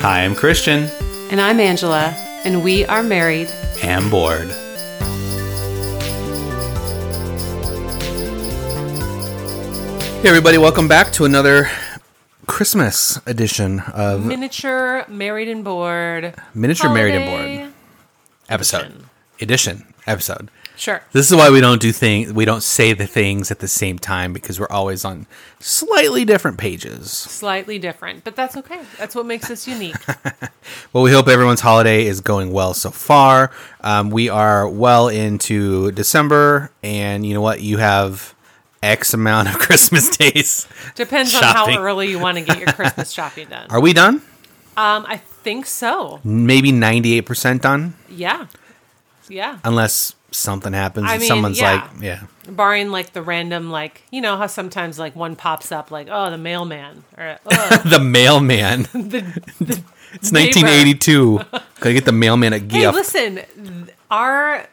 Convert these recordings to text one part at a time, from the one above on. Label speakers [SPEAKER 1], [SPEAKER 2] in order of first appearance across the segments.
[SPEAKER 1] Hi, I'm Christian.
[SPEAKER 2] And I'm Angela, and we are married.
[SPEAKER 1] and bored.
[SPEAKER 3] Hey, everybody, welcome back to another Christmas edition of
[SPEAKER 2] Miniature, married and bored.
[SPEAKER 3] Miniature Married and
[SPEAKER 2] Holiday.
[SPEAKER 3] Board episode. Edition episode.
[SPEAKER 2] Sure.
[SPEAKER 3] This is why we don't do things, we don't say the things at the same time because we're always on slightly different pages.
[SPEAKER 2] Slightly different, but that's okay. That's what makes us unique.
[SPEAKER 3] Well, we hope everyone's holiday is going well so far. Um, we are well into December, and you know what? You have X amount of Christmas days.
[SPEAKER 2] Depends on
[SPEAKER 3] Shopping.
[SPEAKER 2] how early you want to get your Christmas shopping done.
[SPEAKER 3] Are we done?
[SPEAKER 2] Um, I think so.
[SPEAKER 3] Maybe 98% done?
[SPEAKER 2] Yeah. Yeah.
[SPEAKER 3] unless something happens
[SPEAKER 2] I
[SPEAKER 3] and
[SPEAKER 2] mean,
[SPEAKER 3] someone's
[SPEAKER 2] yeah.
[SPEAKER 3] like, yeah,
[SPEAKER 2] Barring like the random, like, you know how sometimes like one pops up, like, oh, the mailman or oh,
[SPEAKER 3] the mailman.
[SPEAKER 2] the, the
[SPEAKER 3] It's
[SPEAKER 2] neighbor.
[SPEAKER 3] 1982. Gotta get the mailman a
[SPEAKER 2] Hey,
[SPEAKER 3] gift.
[SPEAKER 2] listen, th- our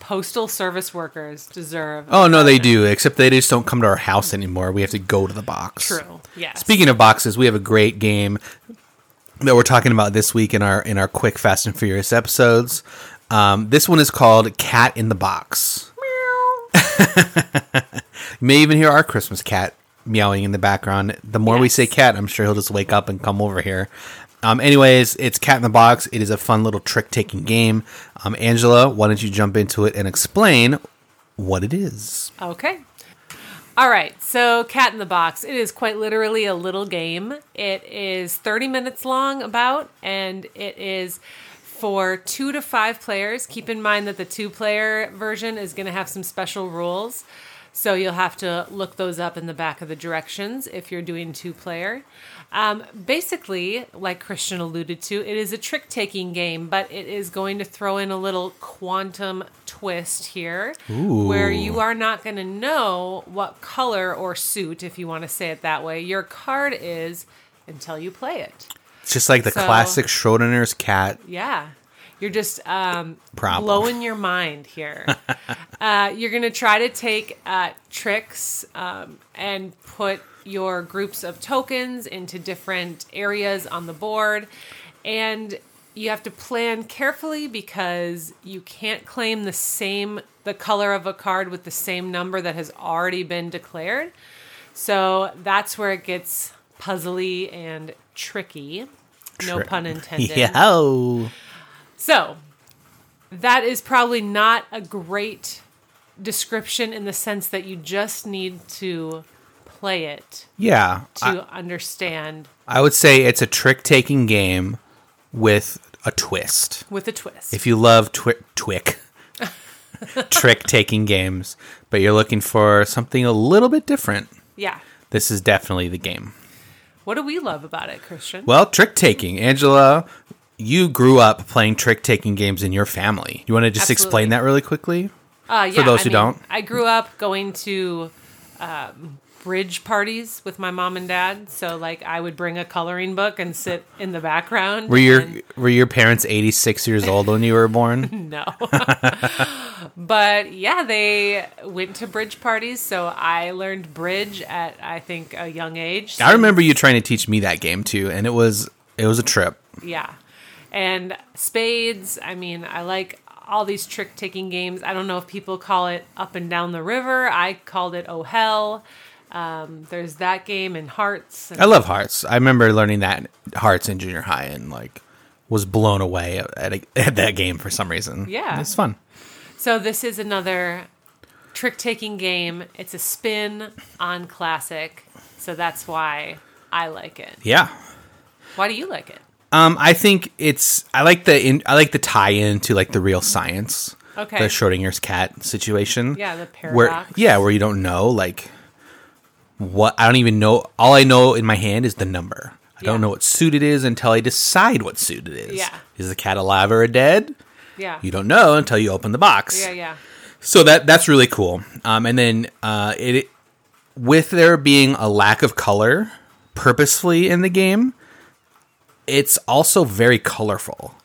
[SPEAKER 2] postal service workers deserve.
[SPEAKER 3] oh no, they do. Except they just don't come to our house anymore. We have to go to the box.
[SPEAKER 2] True. Yes.
[SPEAKER 3] Speaking of boxes, we have a great game that we're talking about this week in our in our quick Fast and Furious episodes. Um, this one is called Cat in the Box. You may even hear our Christmas cat meowing in the background. The more we
[SPEAKER 2] Yes.
[SPEAKER 3] say cat, I'm sure he'll just wake up and come over here. Um, anyways, it's Cat in the Box. It is a fun little trick taking game. Um, Angela, why don't you jump into it and explain what it is?
[SPEAKER 2] Okay. All right. So, Cat in the Box. It is quite literally a little game. It is 30 minutes long, about, and it is for two to five players. Keep in mind that the two player version is going to have some special rules. So, you'll have to look those up in the back of the directions if you're doing two player. Um, basically, like Christian alluded to, it is a trick taking game, but it is going to throw in a little quantum twist here where you are not going to know what color or suit, if you want to say it that way, your card is until you play it.
[SPEAKER 3] It's just like the
[SPEAKER 2] So-
[SPEAKER 3] classic Schrodinger's cat.
[SPEAKER 2] Yeah. You're just um,
[SPEAKER 3] Problem.
[SPEAKER 2] blowing your mind here. uh, you're going to try to take uh, tricks um, and put your groups of tokens into different areas on the board. And you have to plan carefully because you can't claim the same the color of a card with the same number that has already been declared. So that's where it gets puzzly and tricky. No
[SPEAKER 3] Trick.
[SPEAKER 2] pun intended.
[SPEAKER 3] Yo.
[SPEAKER 2] So, that is probably not a great description in the sense that you just need to play it
[SPEAKER 3] Yeah.
[SPEAKER 2] to
[SPEAKER 3] I,
[SPEAKER 2] understand
[SPEAKER 3] I would say it's a trick taking game with a twist.
[SPEAKER 2] with a twist.
[SPEAKER 3] If you love twi- Twick, trick taking games, but you're looking for something a little bit different,
[SPEAKER 2] yeah.
[SPEAKER 3] this is definitely the game.
[SPEAKER 2] What do we love about it, Christian?
[SPEAKER 3] Well, trick taking. Angela, you grew up playing trick taking games in your family. You want to just explain
[SPEAKER 2] Absolutely.
[SPEAKER 3] that really quickly?
[SPEAKER 2] Uh, yeah,
[SPEAKER 3] those
[SPEAKER 2] I
[SPEAKER 3] who don't.
[SPEAKER 2] I grew up going to um, bridge parties with my mom and dad. So, like, I would bring a coloring book and sit in the background.
[SPEAKER 3] Were your
[SPEAKER 2] and-
[SPEAKER 3] were your parents 86 years old when you were born?
[SPEAKER 2] No. but yeah, they went to bridge parties, so I learned bridge at I think a young age.
[SPEAKER 3] I remember you trying to teach me that game too, and it was it was a trip.
[SPEAKER 2] Yeah. And spades, I mean, I like all these trick taking games. I don't know if people call it up and down the river. I called it oh hell. Um, there's that game and hearts. And
[SPEAKER 3] I love hearts. I remember learning that hearts in junior high and like was blown away at, at that game for some reason.
[SPEAKER 2] Yeah.
[SPEAKER 3] it's fun.
[SPEAKER 2] So this is another trick taking game. It's a spin on classic. So that's why I like it.
[SPEAKER 3] Yeah,
[SPEAKER 2] Why do you like it?
[SPEAKER 3] um, I think it's I like the in, I like the tie in to like the real science.
[SPEAKER 2] Okay.
[SPEAKER 3] the Schrodinger's cat situation.
[SPEAKER 2] Yeah, the
[SPEAKER 3] Where
[SPEAKER 2] paradox.
[SPEAKER 3] yeah, where you don't know like what I don't even know. All I know in my hand is the number. I
[SPEAKER 2] Yeah.
[SPEAKER 3] don't know what suit it is until I decide what suit it is.
[SPEAKER 2] Yeah.
[SPEAKER 3] is the cat alive or dead?
[SPEAKER 2] Yeah.
[SPEAKER 3] You don't know until you open the box.
[SPEAKER 2] Yeah, yeah.
[SPEAKER 3] So that that's really cool. Um, and then uh, it with there being a lack of color purposefully in the game, it's also very colorful.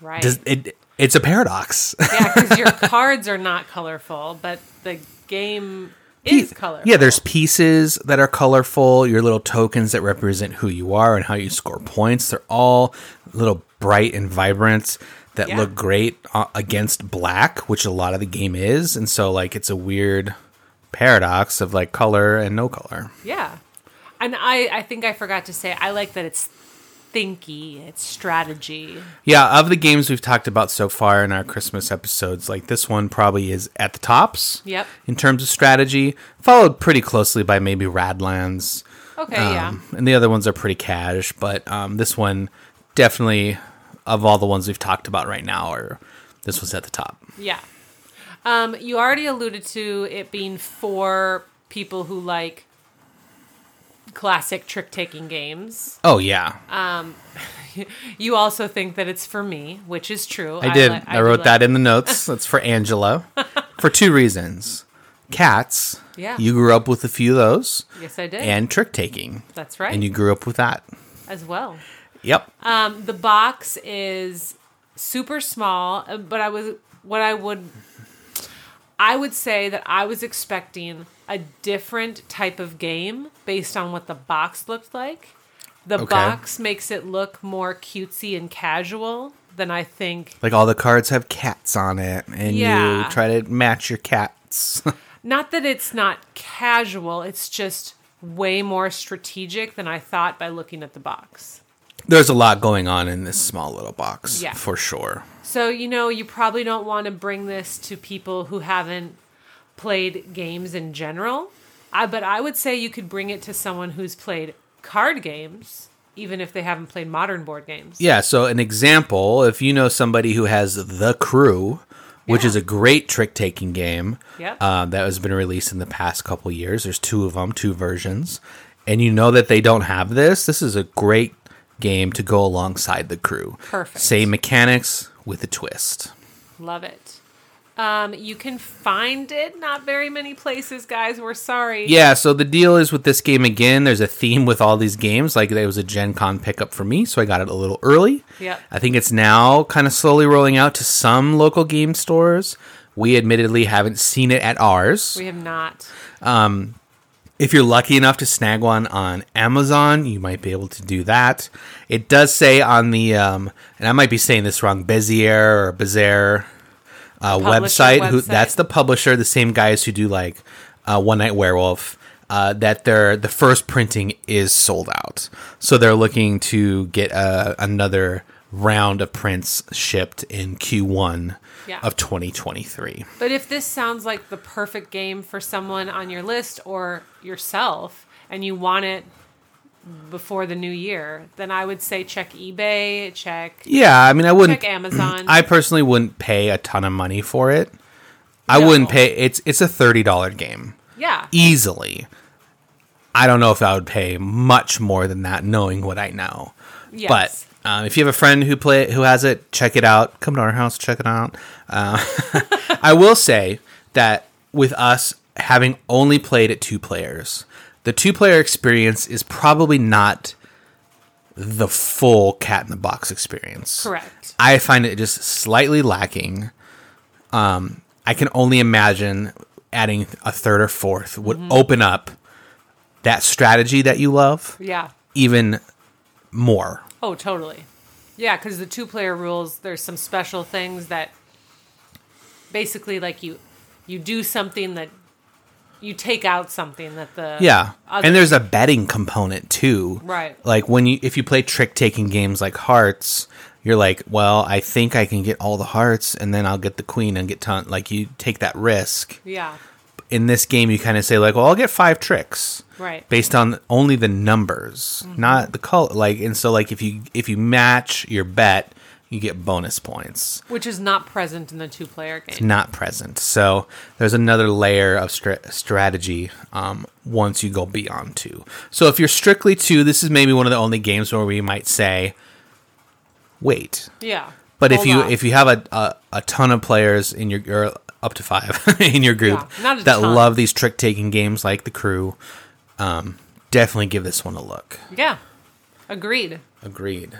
[SPEAKER 2] Right.
[SPEAKER 3] Does it? It's a paradox.
[SPEAKER 2] yeah, because your cards are not colorful, but the game is colorful.
[SPEAKER 3] Yeah, there's pieces that are colorful, your little tokens that represent who you are and how you score points. They're all little bright and vibrant that
[SPEAKER 2] Yeah.
[SPEAKER 3] look great uh, against black, which a lot of the game is. And so, like, it's a weird paradox of like color and no color.
[SPEAKER 2] Yeah. And I, I think I forgot to say, I like that it's thinky, it's strategy.
[SPEAKER 3] Yeah, of the games we've talked about so far in our Christmas episodes, like this one probably is at the tops.
[SPEAKER 2] Yep.
[SPEAKER 3] In terms of strategy, followed pretty closely by maybe Radlands.
[SPEAKER 2] Okay,
[SPEAKER 3] Um,
[SPEAKER 2] yeah.
[SPEAKER 3] And the other ones are pretty cash, but um, this one definitely, of all the ones we've talked about right now, or this was at the top.
[SPEAKER 2] Yeah. Um, you already alluded to it being for people who like classic trick taking games.
[SPEAKER 3] Oh yeah,
[SPEAKER 2] You also think that it's for me, which is true.
[SPEAKER 3] I did.
[SPEAKER 2] li-
[SPEAKER 3] I,
[SPEAKER 2] do
[SPEAKER 3] wrote
[SPEAKER 2] like-
[SPEAKER 3] that in the notes. That's for Angela, for two reasons: cats.
[SPEAKER 2] Yeah.
[SPEAKER 3] You grew up with a few of those,
[SPEAKER 2] Yes, I did.
[SPEAKER 3] and trick taking.
[SPEAKER 2] That's right.
[SPEAKER 3] And you grew up with that.
[SPEAKER 2] as well.
[SPEAKER 3] Yep.
[SPEAKER 2] Um, the box is super small, uh, but I was what I would I would say that I was expecting a different type of game based on what the box looked like. The
[SPEAKER 3] Okay.
[SPEAKER 2] box makes it look more cutesy and casual than I think.
[SPEAKER 3] like all the cards have cats on it, and
[SPEAKER 2] Yeah.
[SPEAKER 3] you try to match your cats.
[SPEAKER 2] Not that it's not casual, it's just way more strategic than I thought by looking at the box.
[SPEAKER 3] There's a lot going on in this small little box,
[SPEAKER 2] Yeah.
[SPEAKER 3] for sure.
[SPEAKER 2] So, you know, you probably don't want to bring this to people who haven't played games in general. I, but I would say you could bring it to someone who's played card games, even if they haven't played modern board games.
[SPEAKER 3] Yeah, so an example, if you know somebody who has The Crew, which
[SPEAKER 2] Yeah.
[SPEAKER 3] is a great trick taking game
[SPEAKER 2] Yep.
[SPEAKER 3] um, that has been released in the past couple years, there's two of them, two versions, and you know that they don't have this, this is a great game to go alongside The Crew.
[SPEAKER 2] Perfect.
[SPEAKER 3] Same mechanics with a twist.
[SPEAKER 2] Love it. Um, you can find it not very many places, guys. We're sorry.
[SPEAKER 3] Yeah, so the deal is with this game again, there's a theme with all these games. Like there was a Gen Con pickup for me, so I got it a little early.
[SPEAKER 2] Yep.
[SPEAKER 3] I think it's now kind of slowly rolling out to some local game stores. We admittedly haven't seen it at ours.
[SPEAKER 2] We have not.
[SPEAKER 3] If you're lucky enough to snag one on Amazon, you might be able to do that. It does say on the, um, and I might be saying this wrong, Bezier or Bezier uh,
[SPEAKER 2] publisher
[SPEAKER 3] website. Who,
[SPEAKER 2] website.
[SPEAKER 3] that's the publisher, the same guys who do like uh, One Night Werewolf. Uh, that their the first printing is sold out, so they're looking to get uh, another round of prints shipped in Q1
[SPEAKER 2] Yeah.
[SPEAKER 3] of 2023.
[SPEAKER 2] But if this sounds like the perfect game for someone on your list or yourself, and you want it before the new year, then I would say check eBay, check
[SPEAKER 3] Yeah, I mean, I wouldn't
[SPEAKER 2] check Amazon.
[SPEAKER 3] I personally wouldn't pay a ton of money for it. I
[SPEAKER 2] No.
[SPEAKER 3] wouldn't pay it's it's a thirty dollar game.
[SPEAKER 2] yeah,
[SPEAKER 3] Easily. I don't know if I would pay much more than that knowing what I know.
[SPEAKER 2] yes.
[SPEAKER 3] But um, if you have a friend who play who has it, check it out. Come to our house, check it out. Uh, I will say that with us having only played at two players, the two player experience is probably not the full cat in the box experience.
[SPEAKER 2] correct.
[SPEAKER 3] I find it just slightly lacking. Um, I can only imagine adding a third or fourth would
[SPEAKER 2] Mm-hmm.
[SPEAKER 3] open up that strategy that you love
[SPEAKER 2] Yeah.
[SPEAKER 3] even more.
[SPEAKER 2] Oh, totally. Yeah, because the two player rules, there's some special things that basically like you you do something that you take out something that the
[SPEAKER 3] Yeah.
[SPEAKER 2] other-
[SPEAKER 3] and there's a betting component too.
[SPEAKER 2] Right.
[SPEAKER 3] Like when you if you play trick taking games like hearts, you're like, well, I think I can get all the hearts and then I'll get the queen and get ton like you take that risk.
[SPEAKER 2] yeah
[SPEAKER 3] In this game you kind of say like, well, I'll get five tricks.
[SPEAKER 2] right
[SPEAKER 3] based on only the numbers, not the color. Like, and so like if you if you match your bet, you get bonus points.
[SPEAKER 2] which is not present in the two player game.
[SPEAKER 3] Not present. So there's another layer of stra- strategy um, once you go beyond two. So if you're strictly two, this is maybe one of the only games where we might say, wait.
[SPEAKER 2] Yeah,
[SPEAKER 3] But if
[SPEAKER 2] Hold
[SPEAKER 3] you
[SPEAKER 2] off.
[SPEAKER 3] if you have a, a, a ton of players in your or up to five in your group
[SPEAKER 2] Yeah, not a
[SPEAKER 3] that
[SPEAKER 2] ton.
[SPEAKER 3] love these trick taking games like the crew, um, definitely give this one a look.
[SPEAKER 2] yeah, agreed.
[SPEAKER 3] Agreed.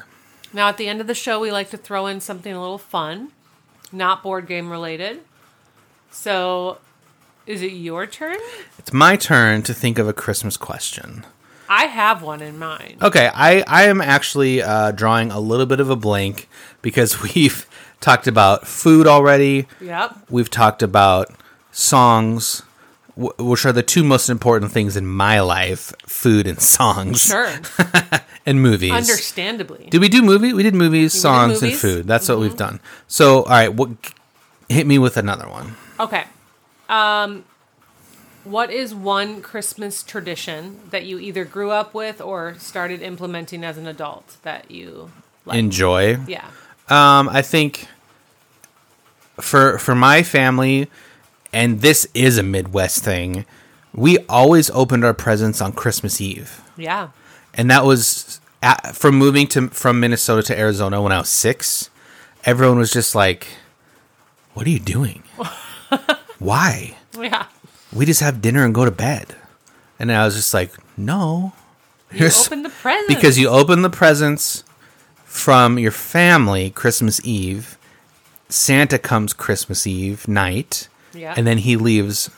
[SPEAKER 2] Now, at the end of the show, we like to throw in something a little fun, not board game related. So, Is it your turn?
[SPEAKER 3] It's my turn to think of a Christmas question.
[SPEAKER 2] I have one in mind.
[SPEAKER 3] Okay, I, I am actually uh, drawing a little bit of a blank because we've talked about food already.
[SPEAKER 2] Yep.
[SPEAKER 3] We've talked about songs, w- which are the two most important things in my life food and songs
[SPEAKER 2] Sure.
[SPEAKER 3] and movies.
[SPEAKER 2] Understandably.
[SPEAKER 3] Did we do movie? We did movies, Mm-hmm. songs,
[SPEAKER 2] movies.
[SPEAKER 3] and food. That's what we've done. So, all right, what hit me with another one?
[SPEAKER 2] Okay. Um, what is one Christmas tradition that you either grew up with or started implementing as an adult that you like?
[SPEAKER 3] Enjoy.
[SPEAKER 2] yeah.
[SPEAKER 3] Um, I think for for my family, and this is a Midwest thing. We always opened our presents on Christmas Eve,
[SPEAKER 2] Yeah.
[SPEAKER 3] and that was at, from moving to from Minnesota to Arizona when I was six. Everyone was just like, "What are you doing? Why?
[SPEAKER 2] Yeah.
[SPEAKER 3] We just have dinner and go to bed." And I was just like, "No,
[SPEAKER 2] You open the present.
[SPEAKER 3] because you open the presents from your family Christmas Eve. Santa comes Christmas Eve night,
[SPEAKER 2] Yeah.
[SPEAKER 3] and then he leaves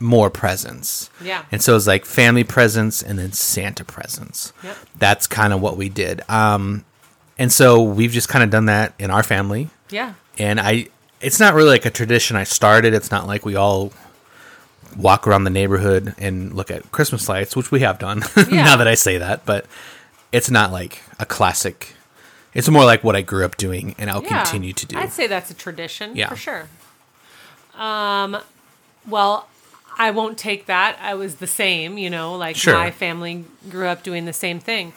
[SPEAKER 3] more presents.
[SPEAKER 2] Yeah.
[SPEAKER 3] and so it's like family presents and then Santa presents.
[SPEAKER 2] Yep.
[SPEAKER 3] That's kind of what we did. Um, and so we've just kind of done that in our family
[SPEAKER 2] Yeah.
[SPEAKER 3] and I it's not really like a tradition I started. It's not like we all walk around the neighborhood and look at Christmas lights, which we have done
[SPEAKER 2] Yeah.
[SPEAKER 3] now that I say that, but it's not like a classic. It's more like what I grew up doing and I'll
[SPEAKER 2] Yeah.
[SPEAKER 3] continue to do.
[SPEAKER 2] I'd say that's a tradition
[SPEAKER 3] Yeah.
[SPEAKER 2] for sure. Um, well, I won't take that. I was the same, you know, like
[SPEAKER 3] Sure.
[SPEAKER 2] my family grew up doing the same thing.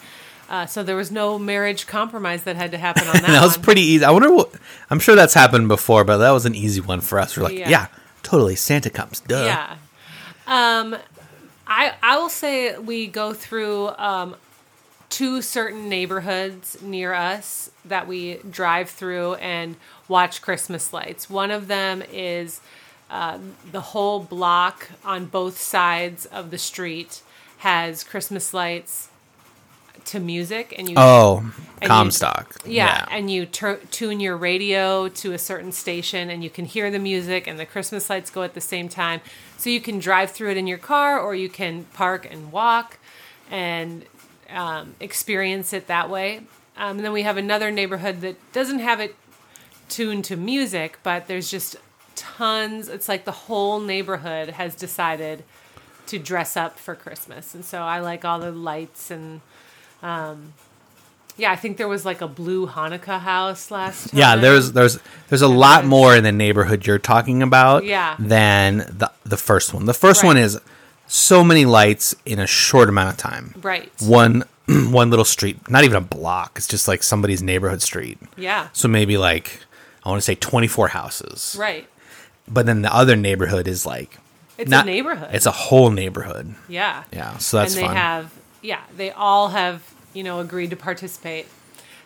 [SPEAKER 2] Uh, so there was no marriage compromise that had to happen on that.
[SPEAKER 3] and that was
[SPEAKER 2] one.
[SPEAKER 3] pretty easy. I wonder what I'm sure that's happened before, but that was an easy one for us. We're like,
[SPEAKER 2] Yeah.
[SPEAKER 3] yeah, totally Santa comes. Duh.
[SPEAKER 2] Yeah. Um, I I will say we go through um, two certain neighborhoods near us that we drive through and watch Christmas lights. One of them is uh, the whole block on both sides of the street has Christmas lights to music, and you
[SPEAKER 3] Oh,
[SPEAKER 2] you-
[SPEAKER 3] Comstock.
[SPEAKER 2] yeah, and you tur tune your radio to a certain station and you can hear the music and the Christmas lights go at the same time. So you can drive through it in your car or you can park and walk and um, experience it that way. Um, and then we have another neighborhood that doesn't have it tuned to music, but there's just tons. It's like the whole neighborhood has decided to dress up for Christmas. And so I like all the lights and. um, Yeah, I think there was like a blue Hanukkah house last time.
[SPEAKER 3] Yeah, there's there's there's a lot more in the neighborhood you're talking about
[SPEAKER 2] Yeah.
[SPEAKER 3] than the the first one. The first
[SPEAKER 2] Right.
[SPEAKER 3] one is so many lights in a short amount of time.
[SPEAKER 2] Right.
[SPEAKER 3] One one little street, not even a block. It's just like somebody's neighborhood street.
[SPEAKER 2] Yeah.
[SPEAKER 3] So maybe like I want to say 24 houses.
[SPEAKER 2] Right.
[SPEAKER 3] But then the other neighborhood is like
[SPEAKER 2] It's a neighborhood.
[SPEAKER 3] It's a whole neighborhood.
[SPEAKER 2] Yeah.
[SPEAKER 3] Yeah, so that's
[SPEAKER 2] and they
[SPEAKER 3] fun.
[SPEAKER 2] have yeah, they all have, you know, agreed to participate.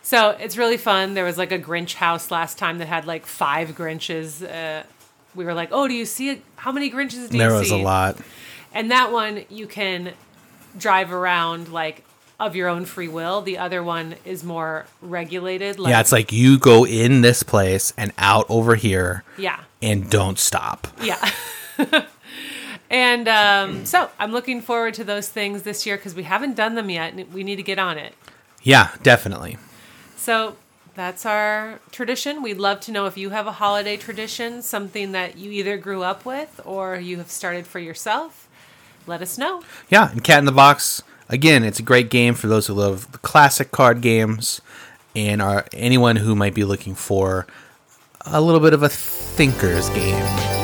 [SPEAKER 2] So it's really fun. There was like a Grinch house last time that had like five Grinches. Uh, we were like, "Oh, do you see it? How many Grinches do you see?"
[SPEAKER 3] there was a lot.
[SPEAKER 2] And that one you can drive around like of your own free will. The other one is more regulated. Like,
[SPEAKER 3] yeah, it's like you go in this place and out over here
[SPEAKER 2] yeah.
[SPEAKER 3] and don't stop.
[SPEAKER 2] Yeah. and um, so I'm looking forward to those things this year because we haven't done them yet and we need to get on it.
[SPEAKER 3] Yeah, definitely.
[SPEAKER 2] So that's our tradition. We'd love to know if you have a holiday tradition, something that you either grew up with or you have started for yourself. Let us know.
[SPEAKER 3] Yeah, and Cat in the Box again. It's a great game for those who love the classic card games, and are anyone who might be looking for a little bit of a thinker's game.